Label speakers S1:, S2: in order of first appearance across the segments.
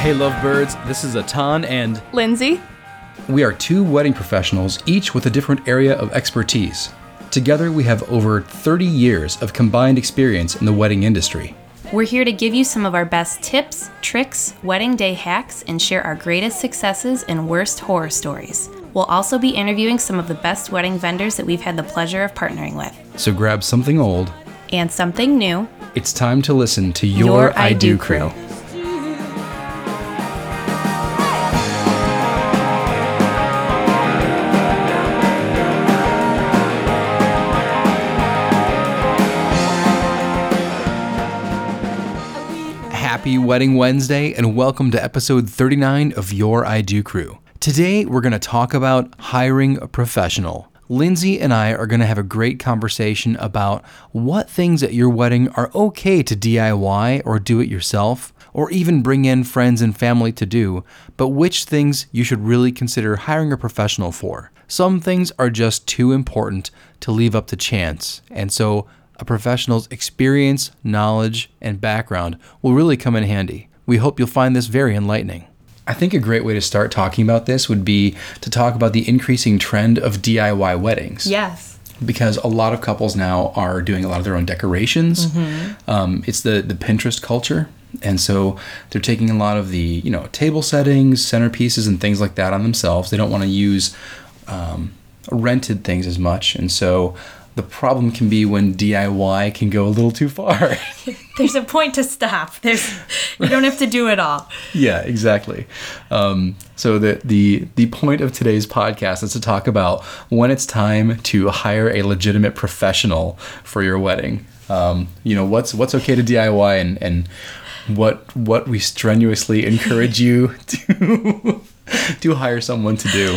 S1: Hey, lovebirds, this is Atan, and
S2: Lindsay,
S1: we are two wedding professionals, each with a different area of expertise. Together, we have over 30 years of combined experience in the wedding industry.
S3: We're here to give you some of our best tips, tricks, wedding day hacks, and share our greatest successes and worst horror stories. We'll also be interviewing some of the best wedding vendors that we've had the pleasure of partnering with.
S1: So grab something old.
S3: And something new
S1: It's time to listen to your, I, Do crew. Happy Wedding Wednesday, and welcome to episode 39 of Your I Do Crew. Today, we're going to talk about hiring a professional. Lindsay and I are going to have a great conversation about what things at your wedding are okay to DIY or do it yourself, or even bring in friends and family to do, but which things you should really consider hiring a professional for. Some things are just too important to leave up to chance, and so a professional's experience, knowledge, and background will really come in handy. We hope you'll find this very enlightening. I think a great way to start talking about this would be to talk about the increasing trend of DIY weddings.
S2: Yes.
S1: Because a lot of couples now are doing a lot of their own decorations. Um, it's the, the Pinterest culture. And so they're taking a lot of the, you know, table settings, centerpieces, and things like that on themselves. They don't want to use um, rented things as much. And so the problem can be when DIY can go a little too far.
S3: there's a point to stop. There's you don't have to do it all.
S1: yeah, exactly. Um, so the the the point of today's podcast is to talk about when it's time to hire a legitimate professional for your wedding. Um, you know what's what's okay to DIY and and what what we strenuously encourage you to to hire someone to do.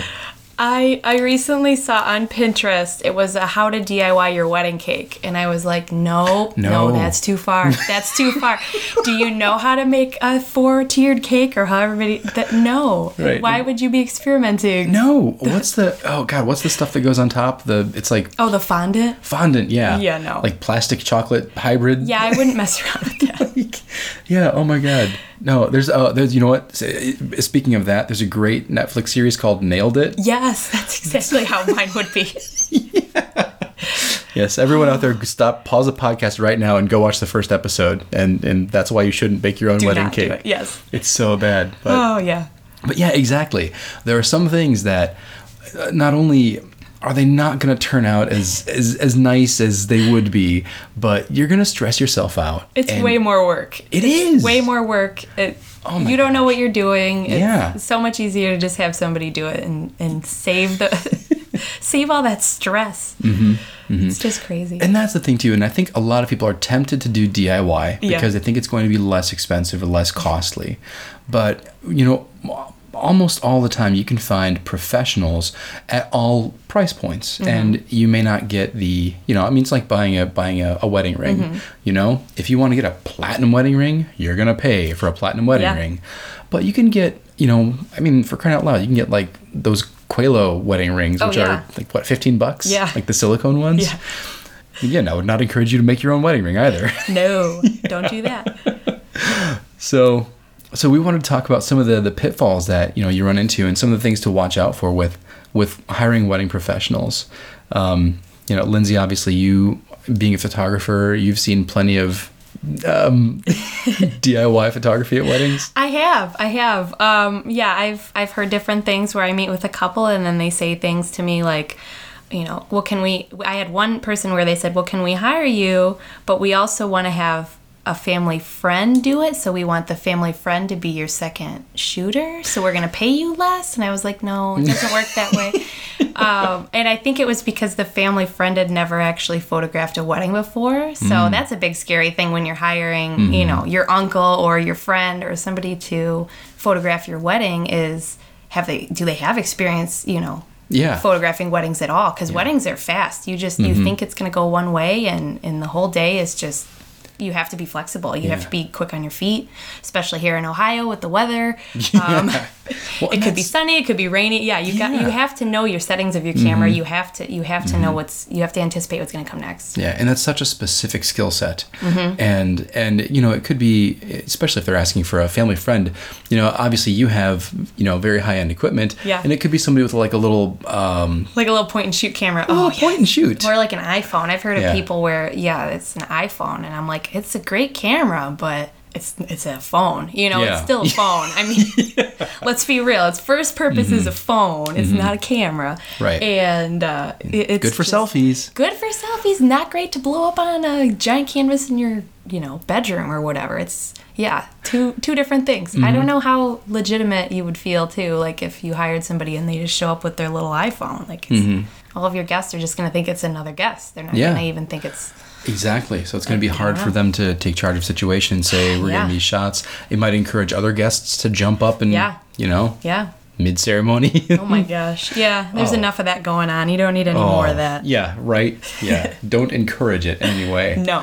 S2: I I recently saw on Pinterest it was a how to DIY your wedding cake, and I was like, nope, no,
S1: No.
S2: that's too far. That's too far. Do you know how to make a four tiered cake or however many? That no.
S1: Right.
S2: Why would you be experimenting?
S1: No, what's the oh god, what's the stuff that goes on top? The it's like
S2: Oh, the fondant.
S1: fondant, yeah.
S2: Yeah, no.
S1: Like plastic chocolate hybrid.
S2: Yeah, I wouldn't mess around with that.
S1: yeah. Oh my God. No, there's uh, there's you know what? S- uh, Speaking of that, there's a great Netflix series called Nailed It.
S2: Yes, that's exactly how mine would be.
S1: Yes, everyone out there, stop, pause the podcast right now, and go watch the first episode. And and that's why you shouldn't bake your own
S2: Do
S1: wedding
S2: not do
S1: cake.
S2: it, yes.
S1: It's so bad. But
S2: Oh yeah.
S1: But yeah, exactly. There are some things that uh, not only are they not going to turn out as, as as nice as they would be, but you're going to stress yourself out.
S2: It's
S1: And
S2: way more work.
S1: It
S2: It's
S1: is.
S2: way more work. It,
S1: Oh my
S2: you don't know what you're doing. It's
S1: Yeah.
S2: so much easier to just have somebody do it and, and save the save all that stress. Mm-hmm. It's just crazy.
S1: And that's the thing too. And I think a lot of people are tempted to do DIY
S2: Yeah.
S1: because they think it's going to be less expensive or less costly. But you know, al- almost all the time you can find professionals at all price points,
S2: Mm-hmm.
S1: and you may not get the you know. I mean, it's like buying a buying a, a wedding ring.
S2: Mm-hmm.
S1: You know, if you want to get a platinum wedding ring, you're gonna pay for a platinum wedding
S2: Yeah.
S1: ring. But you can get you know, I mean, for crying out loud, you can get like those Quelo wedding rings,
S2: Oh,
S1: which
S2: yeah.
S1: are like what, fifteen bucks?
S2: Yeah.
S1: like the silicone ones.
S2: Yeah.
S1: Again, I would not encourage you to make your own wedding ring either.
S2: no, don't do that.
S1: So, so we wanted to talk about some of the the pitfalls that you know you run into and some of the things to watch out for with with hiring wedding professionals. Um, you know, Lindsay, obviously, you being a photographer, you've seen plenty of um, DIY photography at weddings.
S2: I have, I have. Um, yeah, I've I've heard different things where I meet with a couple and then they say things to me like, you know, well, can we? I had one person where they said, well, can we hire you? But we also want to have a family friend do it, so we want the family friend to be your second shooter. So we're gonna pay you less. And I was like, no, it doesn't work that way. um, and I think it was because the family friend had never actually photographed a wedding before. So
S1: Mm.
S2: that's a big scary thing when you're hiring,
S1: Mm-hmm.
S2: you know, your uncle or your friend or somebody to photograph your wedding is have they do they have experience, you know,
S1: Yeah. Mm-hmm.
S2: photographing weddings at all cuz weddings are fast. You just you think it's going to go one way and and the whole day is just you have to be flexible. You have
S1: Yeah.
S2: to be quick on your feet, especially here in Ohio with the weather. Um,
S1: Well,
S2: it
S1: and
S2: could be
S1: that's-
S2: sunny, it could be rainy. Yeah, you got
S1: Yeah. Mm-hmm.
S2: you have to know your settings of your camera. You have to you have to know what's you have to anticipate what's going to come next.
S1: Yeah, and that's such a specific skill set,
S2: Mm-hmm.
S1: and and you know it could be especially if they're asking for a family friend. You know, obviously you have you know very high end equipment,
S2: Yeah.
S1: and it could be somebody with like a little um,
S2: Like a little point and shoot camera.
S1: oh,
S2: Oh, yeah.
S1: point and shoot.
S2: Or like an iPhone. I've heard of
S1: Yeah.
S2: people where yeah, it's an iPhone, and I'm like, it's a great camera, but it's it's a phone. You know,
S1: Yeah.
S2: it's still a phone. I mean, let's be real. Its first purpose is a phone. It's not a camera.
S1: Mm-hmm. Right.
S2: And uh, it- it's
S1: Good for
S2: just-
S1: selfies.
S2: Good for selfies. Not great to blow up on a giant canvas in your you know bedroom or whatever. It's yeah, two two different things. I
S1: Mm-hmm.
S2: don't know how legitimate you would feel too. Like if you hired somebody and they just show up with their little iPhone, like it's, all of your guests are just gonna think it's another guest. They're not
S1: Mm-hmm. Yeah.
S2: gonna even think it's
S1: Exactly. So it's going to be hard for them to take charge of situation and say we're
S2: Yeah.
S1: getting these shots. It might encourage other guests to jump up and
S2: Yeah.
S1: you know
S2: yeah.
S1: mid ceremony.
S2: Oh my gosh. Yeah, there's
S1: Hmm. Oh.
S2: enough of that going on. You don't need any more of that.
S1: Yeah. Right. Yeah. Don't encourage it anyway.
S2: No.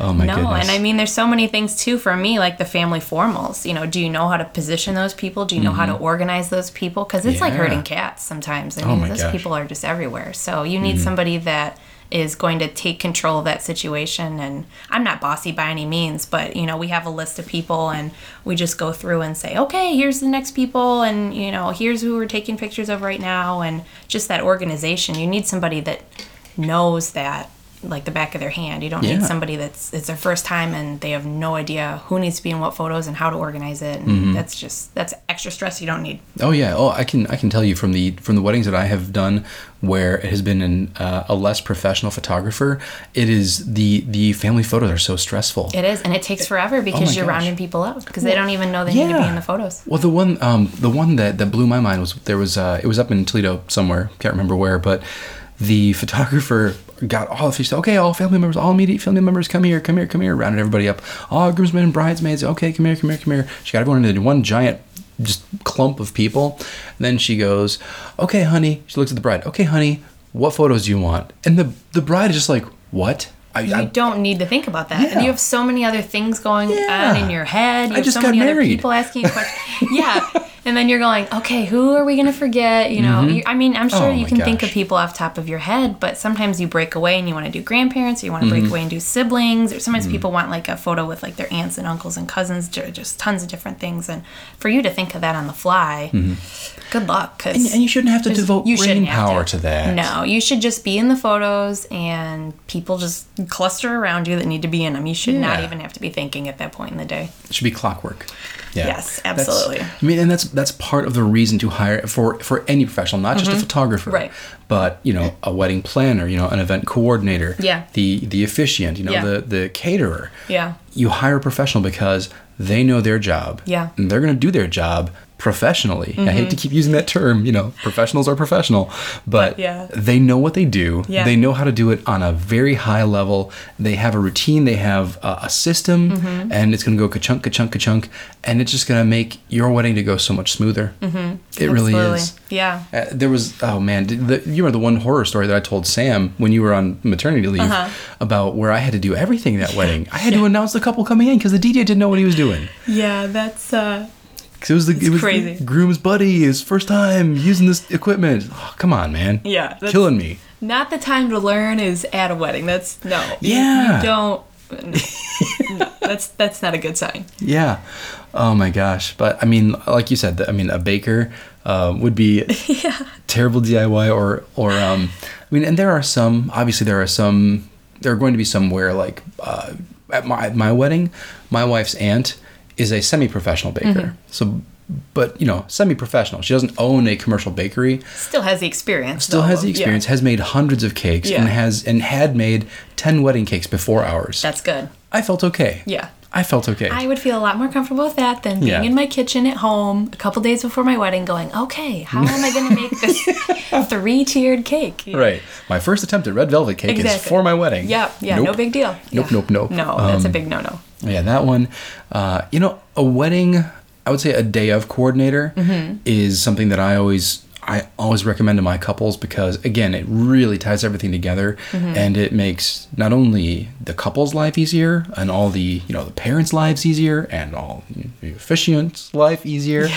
S1: Oh my
S2: no,
S1: goodness.
S2: and I mean, there's so many things too for me, like the family formals. You know, do you know how to position those people? Do you know how to organize those people? Because it's like
S1: Mm-hmm. Yeah.
S2: herding cats sometimes. I
S1: Oh
S2: mean,
S1: my
S2: those
S1: gosh.
S2: people are just everywhere. So you need somebody that is going to take control of that situation. And I'm not bossy by any means, but you know, we have a list of people and we just go through and say, okay, here's the next people, and you know, here's who we're taking pictures of right now, and just that organization. You need somebody that knows that like the back of their hand. You don't
S1: Yeah.
S2: need somebody that's it's their first time and they have no idea who needs to be in what photos and how to organize it. And that's just that's extra stress you don't need.
S1: Oh yeah. Oh, I can I can tell you from the from the weddings that I have done where it has been an, uh, a less professional photographer. It is the the family photos are so stressful.
S2: It is, and it takes forever because you're
S1: oh gosh.
S2: rounding people up because they don't even know they need to be in the photos.
S1: Well, the one um, the one that, that blew my mind was there was uh, it was up in Toledo somewhere can't remember where, but the photographer got all of his okay all family members all immediate family members come here come here come here rounded everybody up all groomsmen and bridesmaids okay come here come here come here she got everyone into one giant just clump of people and then she goes okay honey she looks at the bride okay honey what photos do you want and the the bride is just like what I,
S2: You
S1: I-
S2: don't need to think about that.
S1: Yeah.
S2: And you have so many other things going
S1: Yeah.
S2: on in your head. You
S1: I
S2: have
S1: just
S2: so
S1: got
S2: many other
S1: married.
S2: people asking you questions. yeah. And then you're going, okay, who are we going to forget? You know, you, I mean, I'm sure
S1: Oh
S2: you
S1: my
S2: can think
S1: gosh.
S2: of people off top of your head, but sometimes you break away and you want to do grandparents or you want to
S1: Mm-hmm.
S2: break away and do siblings. Or sometimes people want like a photo with like their aunts and uncles and cousins, ju- just tons of different things. And for you to think of that on the fly, good luck. 'cause-
S1: Mm-hmm. and you shouldn't have to
S2: there's-
S1: devote
S2: you
S1: brain
S2: shouldn't have
S1: power to. that
S2: No, you should just be in the photos, and people just cluster around you that need to be in them. You should not
S1: Yeah.
S2: even have to be thinking at that point in the day.
S1: It should be clockwork. Yeah.
S2: Yes,
S1: That's-
S2: absolutely.
S1: I mean, and that's that's part of the reason to hire for for any professional, not just a photographer,
S2: Mm-hmm. Right.
S1: But you know, a wedding planner, you know, an event coordinator,
S2: Yeah.
S1: the the officiant, you know,
S2: Yeah.
S1: the the caterer.
S2: Yeah.
S1: You hire a professional because they know their job.
S2: Yeah. Mm-hmm.
S1: And they're going to do their job professionally. I hate to keep using that term, you know, professionals are professional, but
S2: yeah.
S1: they know what they do.
S2: Yeah.
S1: They know how to do it on a very high level. They have a routine. They have a, a system,
S2: Mm-hmm.
S1: and it's going to go ka-chunk, ka-chunk, ka-chunk, and it's just going to make your wedding to go so much smoother. Mm-hmm. It really
S2: Absolutely.
S1: is.
S2: Yeah.
S1: Uh, there was oh man, did the, you remember the one horror story that I told Sam when you were on maternity leave
S2: Uh-huh.
S1: about where I had to do everything that wedding. I had to announce the couple coming in because the DJ didn't know what he was doing.
S2: Yeah, that's uh,
S1: 'Cause it was the it was the
S2: crazy.
S1: groom's buddy, his first time using this equipment. Oh, come on, man.
S2: Yeah, that's-
S1: killing me.
S2: not the time to learn is at a wedding. That's no. You-
S1: Yeah.
S2: You don't. no, that's that's not a good sign.
S1: Yeah. Oh my gosh. But I mean, like you said, th- I mean, a baker uh, would be terrible DIY or or um, I mean, and there are some. Obviously, there are some. There are going to be some where like uh, at my at my wedding, my wife's aunt is a semi-professional baker.
S2: Mm-hmm.
S1: So, but you know, semi-professional. She doesn't own a commercial bakery.
S2: Still has the experience.
S1: Still
S2: though,
S1: has the
S2: of- yeah.
S1: experience. Has made hundreds of cakes
S2: Yeah.
S1: and has and had made ten wedding cakes before ours.
S2: That's good.
S1: I felt okay.
S2: Yeah.
S1: I felt okay.
S2: I would feel a lot more comfortable with that than being
S1: Yeah.
S2: in my kitchen at home a couple days before my wedding going, okay, how am I going to make this three tiered cake?
S1: Right. My first attempt at red velvet cake is
S2: Exactly.
S1: for my wedding.
S2: Yeah, yeah, no
S1: Nope.
S2: big deal.
S1: Nope,
S2: Yeah.
S1: nope, nope.
S2: No, that's a
S1: Um,
S2: big no no.
S1: Yeah, that one. Uh, you know, a wedding, I would say a day of coordinator
S2: Mm-hmm.
S1: is something that I always I always recommend to my couples because again, it really ties everything together
S2: Mm-hmm.
S1: and it makes not only the couple's life easier and all the, you know, the parents' lives easier and all the officiants' life easier,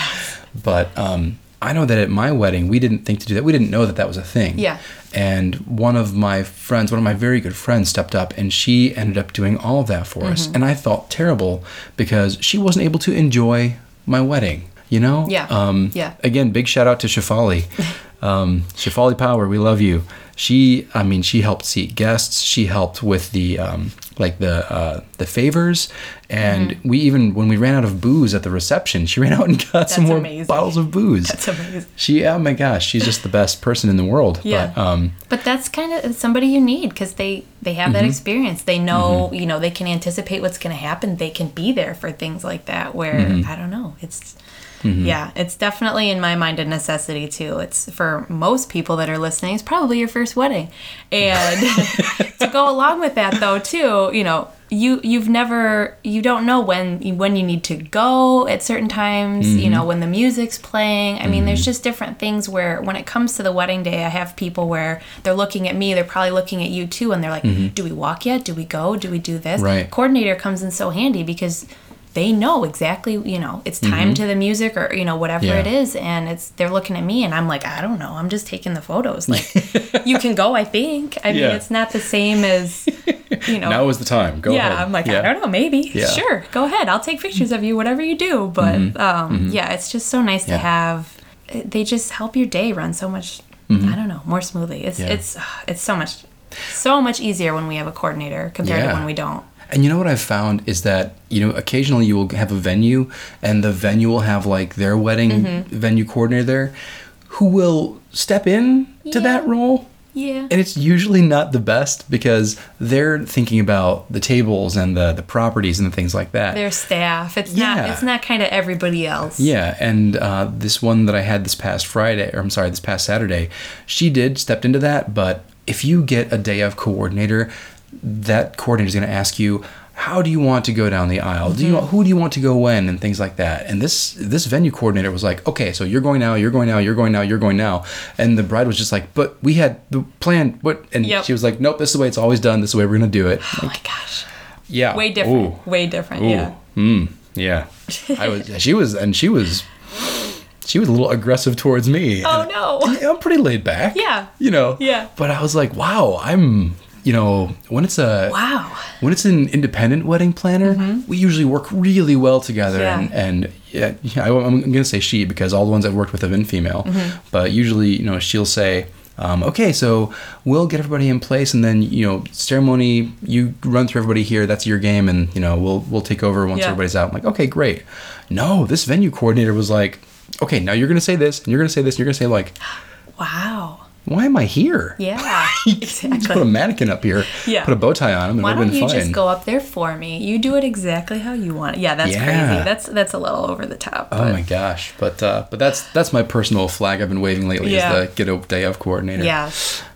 S1: but um I know that at my wedding, we didn't think to do that. We didn't know that that was a thing.
S2: Yeah.
S1: And one of my friends, one of my very good friends, stepped up and she ended up doing all of that for us.
S2: Mm-hmm.
S1: And I felt terrible because she wasn't able to enjoy my wedding, you know?
S2: Yeah.
S1: Um,
S2: Yeah.
S1: Again, big shout out to Shafali. Um, Shafali Power, we love you. She, I mean, she helped seat guests. She helped with the um, like the uh, the favors, and
S2: Mm-hmm.
S1: we even when we ran out of booze at the reception, she ran out and got some more
S2: amazing.
S1: bottles of booze.
S2: That's amazing.
S1: She, oh my gosh, she's just the best person in the world.
S2: Yeah.
S1: But, um,
S2: But that's kind of somebody you need because they they have that
S1: Mm-hmm.
S2: experience. They know you know they can anticipate what's going to happen. They can be there for things like that. Where
S1: Mm-hmm.
S2: I don't know, it's yeah, it's definitely in my mind a necessity too. It's for most people that are listening. It's probably your first wedding, and to go along with that though too, you know. You, you've never you don't know when when you need to go at certain times you know when the music's playing i mean there's just different things where when it comes to the wedding day i have people where they're looking at me they're probably looking at you too and they're like do we walk yet do we go do we do this
S1: Right.
S2: coordinator comes in so handy because they know exactly you know it's time to the music or you know whatever
S1: Mm-hmm.
S2: it
S1: Yeah.
S2: is and it's they're looking at me and i'm like i don't know i'm just taking the photos like you can go i think i
S1: Yeah.
S2: mean it's not the same as you know
S1: now is the time. Go
S2: Oh. yeah
S1: ahead.
S2: i'm like i don't know maybe
S1: Yeah. Mm-hmm.
S2: sure go ahead i'll take pictures of you whatever you do but um yeah it's just so nice
S1: Yeah.
S2: to have they just help your day run so much i don't know more smoothly it's
S1: Mm-hmm. Yeah.
S2: it's it's so much so much easier when we have a coordinator compared
S1: Yeah.
S2: to when we don't
S1: And you know what I've found is that, you know, occasionally you will have a venue and the venue will have like their wedding
S2: Mm-hmm.
S1: venue coordinator there who will step in to that role.
S2: yeah
S1: And it's usually not the best because they're thinking about the tables and the, the properties and things like that.
S2: their staff. It's not
S1: Yeah.
S2: it's not kind of everybody else.
S1: Yeah, and uh, this one that I had this past Friday, or I'm sorry, this past Saturday, she did stepped into that. But if you get a day of coordinator, that coordinator is going to ask you, how do you want to go down the aisle? Do
S2: Mm-hmm.
S1: you who do you want to go when and things like that? And this this venue coordinator was like, okay, so you're going now, you're going now, you're going now, you're going now, and the bride was just like, but we had the plan, what? And
S2: Yep.
S1: she was like, nope, this is the way it's always done. This is the way we're going to do it.
S2: Oh my gosh.
S1: Yeah,
S2: Way different.
S1: Ooh.
S2: Way different. Yeah.
S1: Ooh. Mm, yeah. I was. She was, and she was. She was a little aggressive towards me.
S2: Oh
S1: and
S2: no.
S1: I'm pretty laid back.
S2: Yeah.
S1: You know.
S2: Yeah.
S1: But I was like, wow, I'm. You know, when it's a
S2: Wow.
S1: when it's an independent wedding planner, we usually work really well together.
S2: Mm-hmm. Yeah.
S1: And, and yeah, yeah, I, am going to say she because all the ones I've worked with have been female.
S2: Mm-hmm.
S1: But usually, you know, she'll say, um, okay, so we'll get everybody in place, and then you know, ceremony. You run through everybody here. That's your game, and you know, we'll we'll take over once
S2: Yeah.
S1: everybody's out. I'm like, okay, great. No, this venue coordinator was like, okay, now you're going to say this, and you're going to say this, and you're going to say like,
S2: Wow.
S1: why am I here?
S2: Yeah.
S1: Just put a
S2: exactly.
S1: mannequin up here,
S2: Yeah.
S1: put a bow tie on him, and it
S2: Why
S1: would have
S2: don't you
S1: been fun.
S2: just go up there for me? You do it exactly how you want. it. Yeah, that's
S1: Yeah.
S2: crazy. That's that's a little over the top.
S1: Oh
S2: but-
S1: my gosh! But uh, but that's that's my personal flag I've been waving lately
S2: Yeah.
S1: is the get a day of coordinator.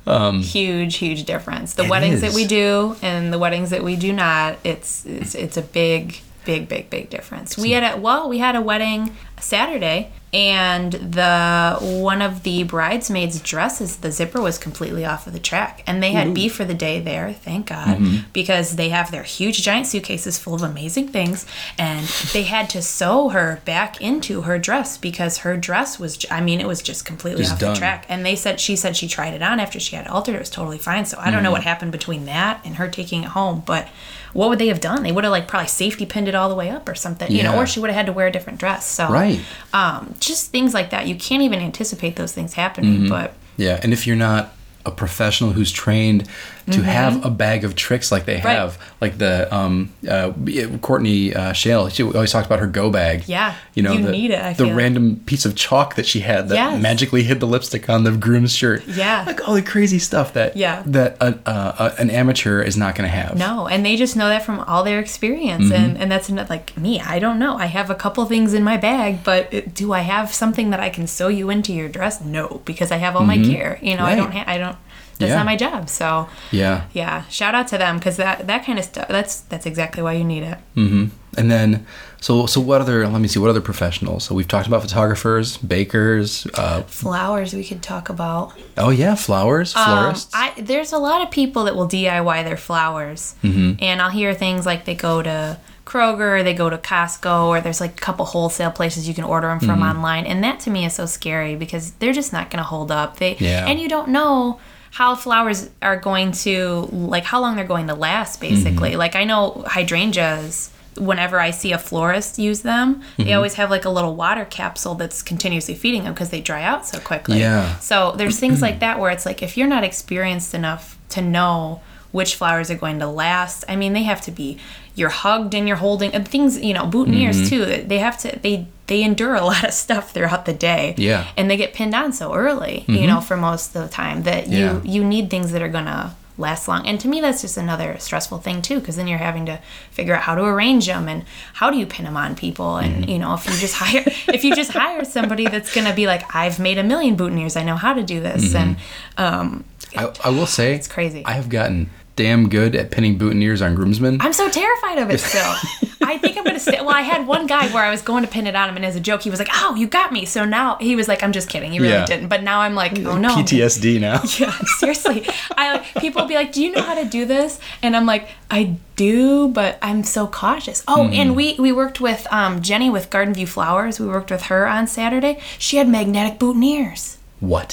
S1: Um,
S2: Yes. huge, huge difference. The
S1: it
S2: weddings that we
S1: is.
S2: do and the weddings that we do not, it's it's, it's a big, big, big, big difference. We had a well, we had a wedding Saturday and the one of the bridesmaids' dresses, the zipper was completely off of the track. And they had beef for the day there, thank God.
S1: Mm-hmm.
S2: Because they have their huge giant suitcases full of amazing things. And they had to sew her back into her dress because her dress was j- I mean, it was just completely
S1: Just
S2: off
S1: done.
S2: the track back. And they said she said she tried it on after she had it altered. It was totally fine. So I don't
S1: Mm-hmm.
S2: know what happened between that and her taking it home. But what would they have done? They would have like probably safety pinned it all the way up or something, you know,
S1: Yeah.
S2: or she would have had to wear a different dress. So
S1: Right.
S2: um, just things like that. You can't even anticipate those things happening.
S1: Mm-hmm.
S2: But
S1: Yeah, and if you're not a professional who's trained to have a bag of tricks like they
S2: Mm-hmm. Right.
S1: have, like the um, uh, Courtney uh, Shale, she always talked about her go bag.
S2: Yeah,
S1: you know
S2: you
S1: the,
S2: need it, I
S1: the
S2: feel.
S1: random piece of chalk that she had that
S2: Yes.
S1: magically hid the lipstick on the groom's shirt.
S2: Yeah.
S1: like all the crazy stuff that
S2: Yeah.
S1: that a, uh, uh an amateur is not going to have.
S2: No, and they just know that from all their experience,
S1: Mm-hmm.
S2: and and that's not like me. I don't know. I have a couple things in my bag, but it, do I have something that I can sew you into your dress? No, because I have all my gear. You know, I don't.
S1: Mm-hmm. Right.
S2: Ha- I don't. That's
S1: Yeah.
S2: not my job. So
S1: Yeah.
S2: yeah, shout out to them because that that kind of stuff. That's that's exactly why you need it.
S1: And then, so so what other? Let me see. What other professionals? So we've talked about photographers, bakers. Uh,
S2: Flowers we could talk about.
S1: oh yeah, flowers,
S2: Um,
S1: florists.
S2: I,
S1: Mm-hmm.
S2: there's a lot of people that will DIY their flowers, and I'll hear things like they go to Kroger, or they go to Costco, or there's like a couple wholesale places you can order them from
S1: Mm-hmm.
S2: online. And that to me is so scary because they're just not going to hold up. They
S1: Yeah.
S2: and you don't know how flowers are going to like how long they're going to last
S1: Mm-hmm.
S2: basically. Like I know hydrangeas whenever I see a florist use them,
S1: Mm-hmm.
S2: they always have like a little water capsule that's continuously feeding them because they dry out so quickly.
S1: Yeah.
S2: So there's things like that where it's like if you're not experienced enough to know which flowers are going to last, I mean they have to be you're hugged and you're holding and things, you know, boutonnieres too. They have to they they endure a lot of stuff throughout the day.
S1: Yeah.
S2: And they get pinned on so early, you know, for most of the time that you
S1: Mm-hmm. Yeah.
S2: you need things that are going to last long. And to me that's just another stressful thing too because then you're having to figure out how to arrange them and how do you pin them on people and
S1: Mm-hmm.
S2: you know if you just hire if you just hire somebody that's going to be like I've made a million boutonnieres, I know how to do this and um
S1: I, I will say
S2: It's crazy.
S1: Mm-hmm. I have gotten damn good at pinning boutonnieres on groomsmen.
S2: I'm so terrified of it still. I think I'm gonna stay. Well, I had one guy where I was going to pin it on him, and as a joke, he was like, "Oh, you got me." So now he was like, "I'm just kidding. You really
S1: Yeah.
S2: didn't." But now I'm like, "Oh no."
S1: PTSD now.
S2: Yeah, seriously. I like people will be like, "Do you know how to do this?" And I'm like, "I do, but I'm so cautious." Oh, and we we worked with um, Jenny with Garden View Flowers. We worked with her on Saturday. She had magnetic boutonnieres.
S1: What?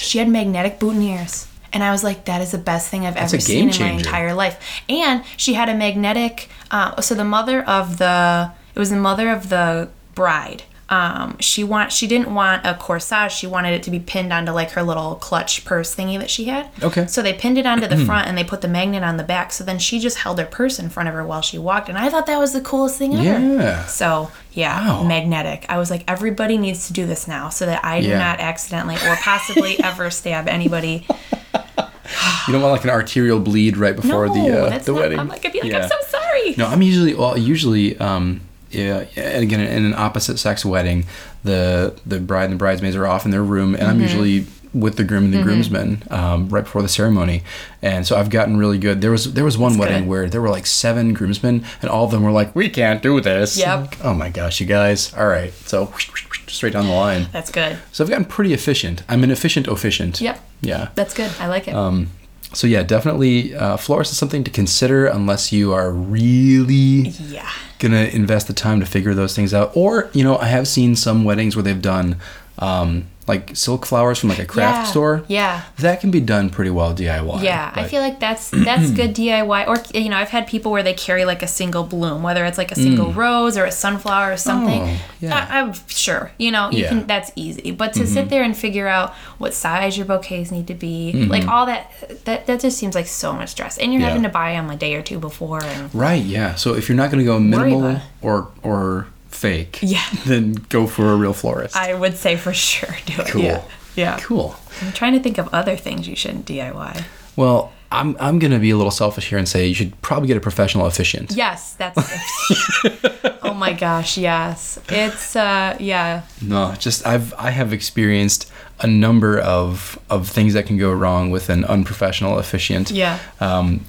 S2: She had magnetic boutonnieres. And I was like, that is the best thing I've
S1: a
S2: ever
S1: game
S2: seen in my
S1: changer.
S2: entire life. And she had a magnetic. Uh, so the mother of the it was the mother of the bride. Um, she want she didn't want a corsage. She wanted it to be pinned onto like her little clutch purse thingy that she had.
S1: Okay. Mm-hmm.
S2: So they pinned it onto the front and they put the magnet on the back. So then she just held her purse in front of her while she walked, and I thought that was the coolest thing ever.
S1: Yeah.
S2: So yeah,
S1: Wow.
S2: magnetic. I was like, everybody needs to do this now so that I do
S1: Yeah.
S2: not accidentally or possibly ever stab anybody.
S1: You don't want like an arterial bleed right before
S2: no,
S1: the uh,
S2: that's
S1: the
S2: not,
S1: wedding.
S2: I'm like, I'd be like,
S1: Yeah.
S2: I'm so sorry.
S1: No, I'm usually well, usually um yeah, and again in an opposite sex wedding, the the bride and the bridesmaids are off in their room
S2: Mm-hmm.
S1: and I'm usually with the groom and the groomsmen um, right before the ceremony, and so I've gotten really good. There was there was one wedding
S2: good.
S1: where there were like seven groomsmen, and all of them were like, "We can't do this."
S2: Yep.
S1: Like, oh my gosh, you guys! All right, so straight down the line.
S2: That's good.
S1: So I've gotten pretty efficient. I'm an efficient efficient.
S2: Yep.
S1: Yeah.
S2: That's good. I like
S1: Um,
S2: it.
S1: So yeah, definitely uh, florist is something to consider unless you are really
S2: yeah.
S1: gonna invest the time to figure those things out. Or you know, I have seen some weddings where they've done um, like silk flowers from like a craft
S2: Yeah,
S1: store.
S2: yeah.
S1: that can be done pretty well DIY.
S2: Yeah, I
S1: but-
S2: feel like that's that's good DIY. Or you know, I've had people where they carry like a single bloom, whether it's like a single rose or a sunflower or something.
S1: Mm. Oh, yeah.
S2: I, am sure. You know, you
S1: Yeah. Mm-hmm.
S2: can. That's easy. But to sit there and figure out what size your bouquets need to be, like all that, that that just seems like so much stress. And you're
S1: Mm-hmm. Yeah.
S2: having to buy them a day or two before. And
S1: right. Yeah. So if you're not gonna go minimal
S2: about it.
S1: or or fake,
S2: Yeah.
S1: then go for a real florist.
S2: I would say for sure do it.
S1: Cool.
S2: Yeah. Yeah.
S1: Cool.
S2: I'm trying to think of other things you shouldn't DIY.
S1: Well, I'm I'm gonna be a little selfish here and say you should probably get a professional efficient.
S2: Yes, that's. oh my gosh, yes. It's uh yeah.
S1: No, just I've I have experienced a number of of things that can go wrong with an unprofessional officiant.
S2: Yeah.
S1: Um,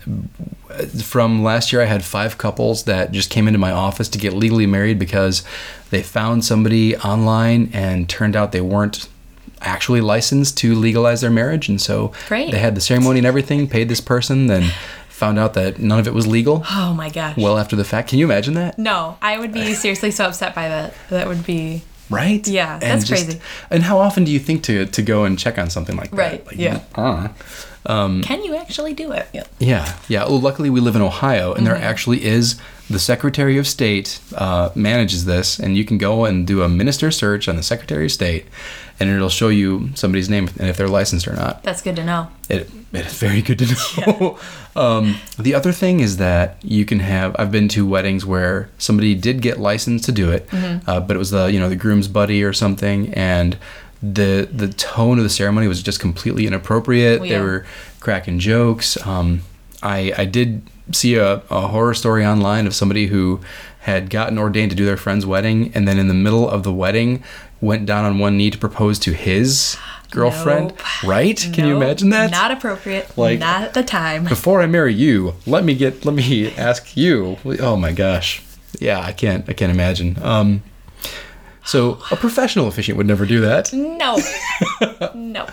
S1: from last year, I had five couples that just came into my office to get legally married because they found somebody online and turned out they weren't actually licensed to legalize their marriage, and so
S2: Great.
S1: they had the ceremony and everything, paid this person, then found out that none of it was legal.
S2: Oh my gosh.
S1: Well, after the fact, can you imagine that?
S2: No, I would be seriously so upset by that. That would be
S1: right?
S2: Yeah,
S1: And
S2: that's
S1: just-
S2: crazy.
S1: And how often do you think to to go and check on something like that?
S2: Right,
S1: Like,
S2: yeah.
S1: uh,
S2: Can you actually do it?
S1: yeah. Yeah. Well, luckily we live in Ohio, and
S2: Mm-hmm.
S1: there actually is the Secretary of State uh, manages this, and you can go and do a minister search on the Secretary of State, and it'll show you somebody's name and if they're licensed or not.
S2: That's good to know.
S1: It, it is very good to know. um, the other thing is that you can have. I've been to weddings where somebody did get licensed to do it,
S2: Mm-hmm.
S1: uh, but it was the you know the groom's buddy or something, and the the tone of the ceremony was just completely inappropriate.
S2: Well,
S1: They
S2: yeah.
S1: were cracking jokes. Um, I I did see a, a horror story online of somebody who had gotten ordained to do their friend's wedding, and then in the middle of the wedding went down on one knee to propose to his girlfriend.
S2: Nope.
S1: Right? Can you
S2: No,
S1: imagine that?
S2: Not appropriate.
S1: Like-
S2: not at the time.
S1: Before I marry you, let me get let me ask you. Oh my gosh. Yeah, I can't I can't imagine. Um so a professional officiant would never do that.
S2: No. no.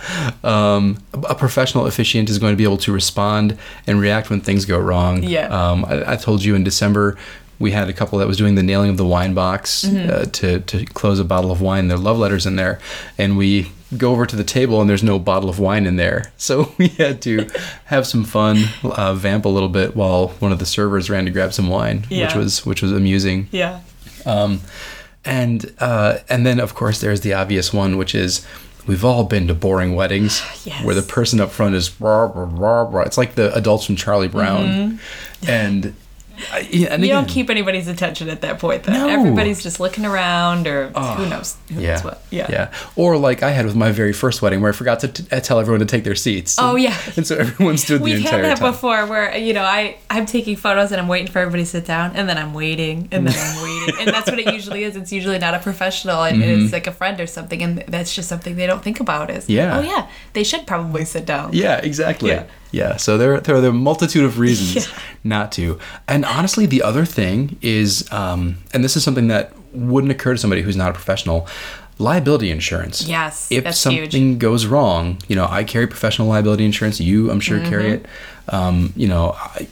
S1: Um, a- a professional officiant is going to be able to respond and react when things go wrong.
S2: Yeah.
S1: Um, I, I told you in December We had a couple that was doing the nailing of the wine box uh, to to close a bottle of wine. Their love letters in there, and we go over to the table and there's no bottle of wine in there. So we had to have some fun, uh, vamp a little bit while one of the servers ran to grab some wine, which
S4: Yeah.
S1: was which was amusing.
S4: Yeah.
S1: Um, And uh, and then of course there's the obvious one, which is we've all been to boring weddings
S4: Yes.
S1: where the person up front is rah, rah, rah, rah. it's like the adults from Charlie Brown, and I- yeah, and
S4: Mm-hmm. You
S1: again,
S4: don't keep anybody's attention at that point, though.
S1: No. Ah,
S4: Everybody's just looking around, or who knows? Who
S1: yeah,
S4: knows what? Yeah.
S1: yeah, or like I had with my very first wedding where I forgot to t- tell everyone to take their seats.
S4: Oh, yeah.
S1: and so everyone stood the
S4: We've
S1: entire
S4: had that
S1: time.
S4: before where, you know, I, I'm taking photos and I'm waiting for everybody to sit down, and then I'm waiting, and then I'm waiting. And that's what it usually is. It's usually not a professional, and
S1: Mm-hmm.
S4: it's like a friend or something, and that's just something they don't think about is,
S1: Yeah.
S4: oh, yeah, they should probably sit down.
S1: Yeah, exactly. Yeah.
S4: Yeah.
S1: So there, there are the multitude of reasons not to. And honestly, the other thing is, um, and this is something that wouldn't occur to somebody who's not a professional, liability insurance.
S4: Yes,
S1: If
S4: that's huge.
S1: something goes wrong, you know, I carry professional liability insurance. You, I'm
S4: Mm-hmm.
S1: sure, carry it. Um, you know, I,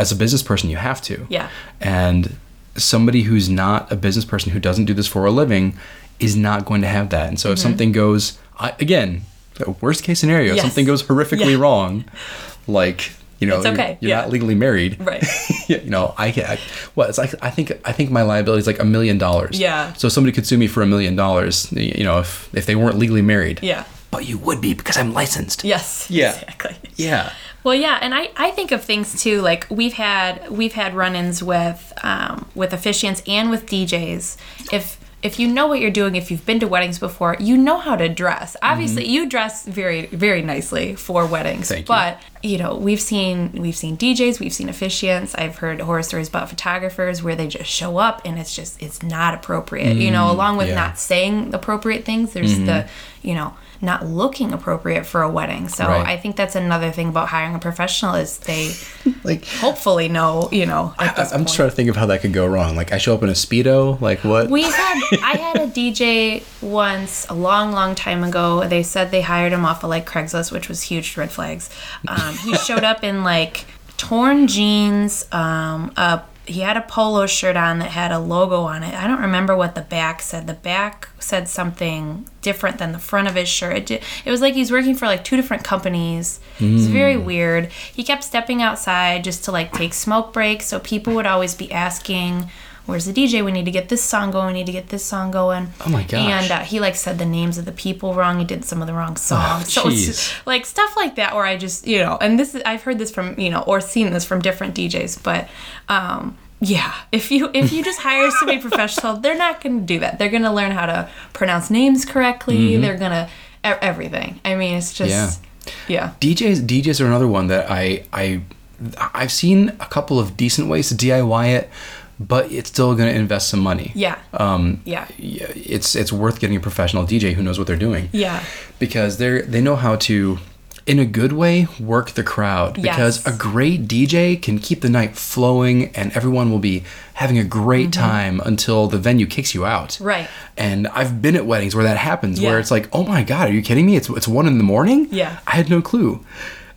S1: as a business person, you have to.
S4: Yeah.
S1: And somebody who's not a business person who doesn't do this for a living is not going to have that. And so
S4: Mm-hmm.
S1: if something goes, I, again, worst case scenario, if
S4: Yes.
S1: something goes horrifically
S4: Yeah.
S1: wrong, like you know,
S4: It's
S1: you're-
S4: okay,
S1: you're,
S4: yeah.
S1: not legally married,
S4: Right.
S1: Yeah, you know, I can. I, well, it's like I think I think my liability is like a million dollars.
S4: Yeah.
S1: So somebody could sue me for a million dollars. y- You know, if if they weren't legally married.
S4: Yeah.
S1: But you would be because I'm licensed.
S4: Yes.
S1: Yeah.
S4: Exactly.
S1: Yeah.
S2: Well, yeah, and I, I think of things too. Like we've had we've had run-ins with um, with officiants and with DJs. If if you know what you're doing, if you've been to weddings before, you know how to dress. Obviously, you dress very very nicely for weddings.
S1: Mm-hmm. Thank you.
S2: But you know we've seen we've seen DJs, we've seen officiants. I've heard horror stories about photographers where they just show up and it's just it's not appropriate. you know, along with
S1: Mm, yeah. Mm-hmm.
S2: not saying appropriate things, there's the you know not looking appropriate for a wedding. So
S1: Right.
S2: I think that's another thing about hiring a professional is they
S1: Like.
S2: hopefully know, you know, at
S1: I,
S2: this
S1: I'm
S2: point.
S1: just trying to think of how that could go wrong. Like I show up in a speedo. Like what?
S2: We had I had a DJ once a long, long time ago. They said they hired him off of like Craigslist, which was huge red flags. Um, he showed up in like torn jeans. Um, a he had a polo shirt on that had a logo on it. I don't remember what the back said. The back said something different than the front of his shirt. It, did, it was like he's working for like two different companies. It was very weird. He kept stepping outside just to like take smoke breaks, so people would always be asking, "Where's the DJ? We need to get this song going. We need to get this song going."
S1: Oh my gosh. Oh,
S2: And uh, he like said the names of the people wrong. He did some of the wrong songs. so it's
S1: jeez.
S2: just, like stuff like that where I just you know, and this is, I've heard this from you know or seen this from different DJs, but um, yeah, if you if you just hire somebody professional, they're not going to do that. They're going to learn how to pronounce names correctly.
S1: Mm-hmm.
S2: They're gonna e- everything. I mean, it's just yeah.
S1: DJs DJs are another one that I I I've seen a couple of decent ways to DIY it, but it's still going to invest some money.
S2: Yeah.
S1: Um,
S2: Yeah.
S1: yeah, It's it's worth getting a professional DJ who knows what they're doing.
S2: Yeah.
S1: Because they are they know how to in a good way work the crowd
S2: Yes.
S1: because a great DJ can keep the night flowing and everyone will be having a great time until the venue kicks you out.
S2: Mm-hmm. Right.
S1: And I've been at weddings where that happens where
S4: Yeah.
S1: it's like, "Oh my god, are you kidding me? It's it's 1 in the morning?"
S4: Yeah.
S1: I had no clue.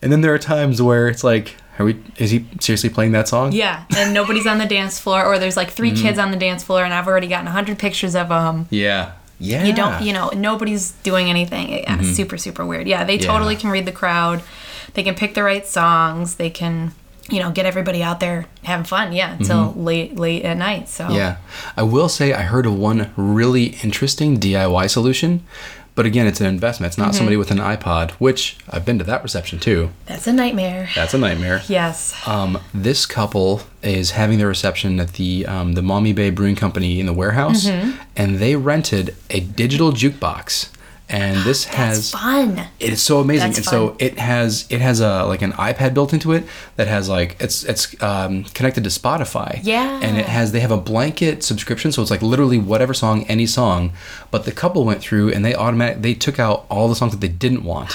S1: And then there are times where it's like, are we is he seriously playing that song?
S2: Yeah, and nobody's on the dance floor, or there's like
S1: Mm-hmm.
S2: three kids on the dance floor, and I've already gotten hundred pictures of them.
S1: Yeah. Yeah. Mm-hmm.
S2: you don't you know nobody's doing anything yeah, super super weird yeah they totally
S1: Yeah.
S2: can read the crowd they can pick the right songs they can you know get everybody out there having fun yeah until late late at night so
S1: Mm-hmm. Yeah. I will say I heard of one really interesting DIY solution, but again, it's an investment. It's not
S2: Mm-hmm.
S1: somebody with an iPod, which I've been to that reception too.
S2: that's a nightmare
S1: That's a nightmare.
S2: yes Oh,
S1: Um, this couple is having their reception at the um, the Mommy Bay Brewing Company in the warehouse,
S2: Mm-hmm.
S1: and they rented a digital jukebox. And this has
S2: fun
S1: it is so amazing
S2: That's
S1: and so
S2: fun.
S1: it has it has a like an ipad built into it that has like it's it's um, connected to spotify
S2: Yeah.
S1: and it has they have a blanket subscription so it's like literally whatever song any song but the couple went through and they automatic they took out all the songs that they didn't want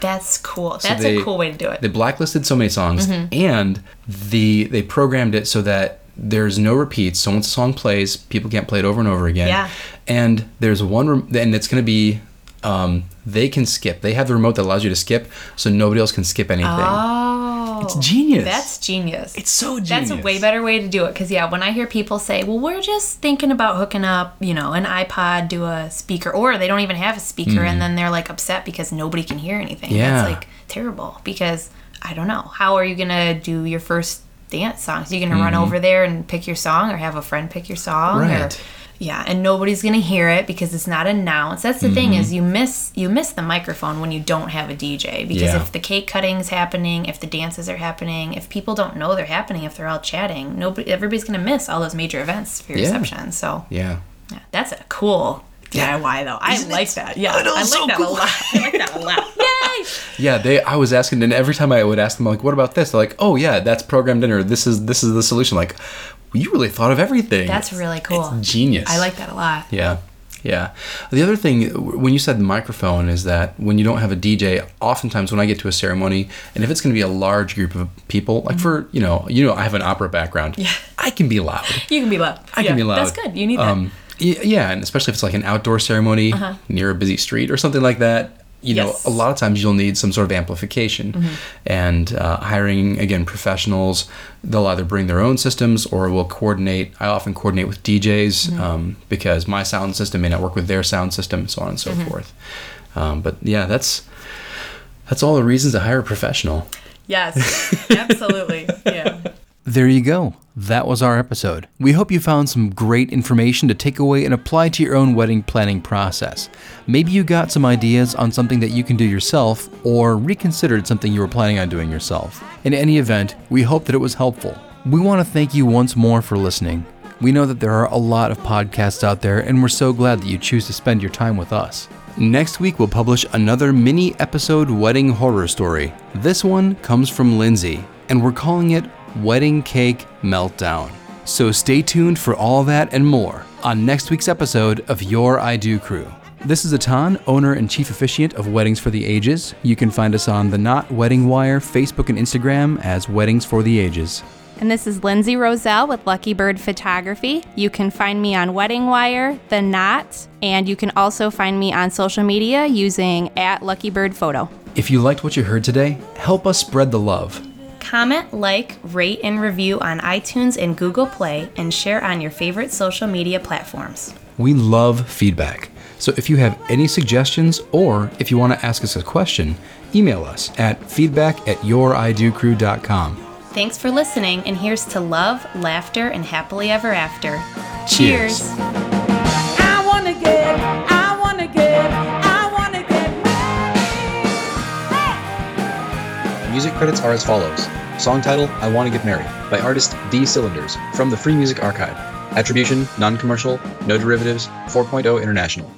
S2: that's cool
S1: So
S2: that's
S1: they-
S2: a cool way to do it
S1: they blacklisted so many songs
S2: Mm-hmm.
S1: and the they programmed it so that there's no repeats so once a song plays people can't play it over and over again
S2: Yeah.
S1: and there's one rem- and it's going to be um, they can skip they have the remote that allows you to skip so nobody else can skip anything
S2: oh
S1: It's genius.
S2: That's genius.
S1: it's so genius.
S2: That's a way better way to do it because yeah, when I hear people say, "Well, we're just thinking about hooking up, you know, an iPod to a speaker," or they don't even have a speaker, and then they're like upset because nobody can hear anything.
S1: Hmm. Yeah.
S2: That's like terrible because I don't know how are you gonna do your first dance songs? You're gonna run over there and pick your song, or have a friend pick your song, or
S1: Hmm. Right.
S2: yeah, and nobody's gonna hear it because it's not announced. That's the
S1: Hmm.
S2: thing is you miss you miss the microphone when you don't have a DJ because
S1: Yeah.
S2: if the cake cutting's happening, if the dances are happening, if people don't know they're happening, if they're all chatting, nobody everybody's gonna miss all those major events for your
S1: Yeah.
S2: reception. So
S1: Yeah.
S2: yeah, that's a cool DIY though. I
S1: Isn't it?
S2: like that. Yeah,
S1: I know,
S2: like
S1: it's so
S2: that
S1: cool.
S2: a lot. I like that a lot. Yay!
S1: Yeah, they I was asking and every time I would ask them like, what about this? They're like, Oh yeah, that's programmed in or this is this is the solution. Like, you really thought of everything.
S2: That's really cool.
S1: It's genius.
S4: I like that a lot.
S1: Yeah. Yeah. The other thing w- when you said microphone is that when you don't have a DJ, oftentimes when I get to a ceremony and if it's going to be a large group of people, like for, you know, you know I have an opera background. Yeah. I can be loud.
S2: You can be loud.
S1: I can be Um, loud.
S2: That's good. You need that. Uh-huh.
S1: y- yeah, and especially if it's like an outdoor ceremony near a busy street or something like that. You know,
S2: Yes. Mm-hmm.
S1: a lot of times you'll need some sort of amplification. And uh, hiring, again, professionals, they'll either bring their own systems or will coordinate. I often coordinate with DJs
S2: Mm-hmm.
S1: um, because my sound system may not work with their sound system, so on and so
S2: Mm-hmm.
S1: forth. Um, but yeah, that's that's all the reasons to hire a professional.
S4: Yes, absolutely. Yeah.
S1: There you go. That was our episode. We hope you found some great information to take away and apply to your own wedding planning process. Maybe you got some ideas on something that you can do yourself or reconsidered something you were planning on doing yourself. In any event, we hope that it was helpful. We want to thank you once more for listening. We know that there are a lot of podcasts out there, and we're so glad that you choose to spend your time with us. Next week, we'll publish another mini episode wedding horror story. This one comes from Lindsay, and we're calling it Wedding Cake Meltdown. So stay tuned for all that and more on next week's episode of Your I Do Crew. This is Atan, owner and chief officiant of Weddings for the Ages. You can find us on the Not Wedding Wire, Facebook, and Instagram as Weddings for the Ages.
S3: And this is Lindsay Roselle with Lucky Bird Photography. You can find me on Wedding Wire, The Knot, and you can also find me on social media using at Lucky Bird Photo.
S1: If you liked what you heard today, help us spread the love.
S2: Comment, like, rate, and review on iTunes and Google Play, and share on your favorite social media platforms.
S1: We love feedback. So if you have any suggestions or if you want to ask us a question, email us at feedback at youriducrew.com.
S2: Thanks for listening, and here's to love, laughter, and happily ever after.
S1: Cheers.
S5: I wanna get, I wanna get, I wanna get married. Hey!
S6: Music credits are as follows. Song title, I Wanna Get Married, by artist D Cylinders, from the Free Music Archive. Attribution, non commercial, no derivatives, 4.0 international.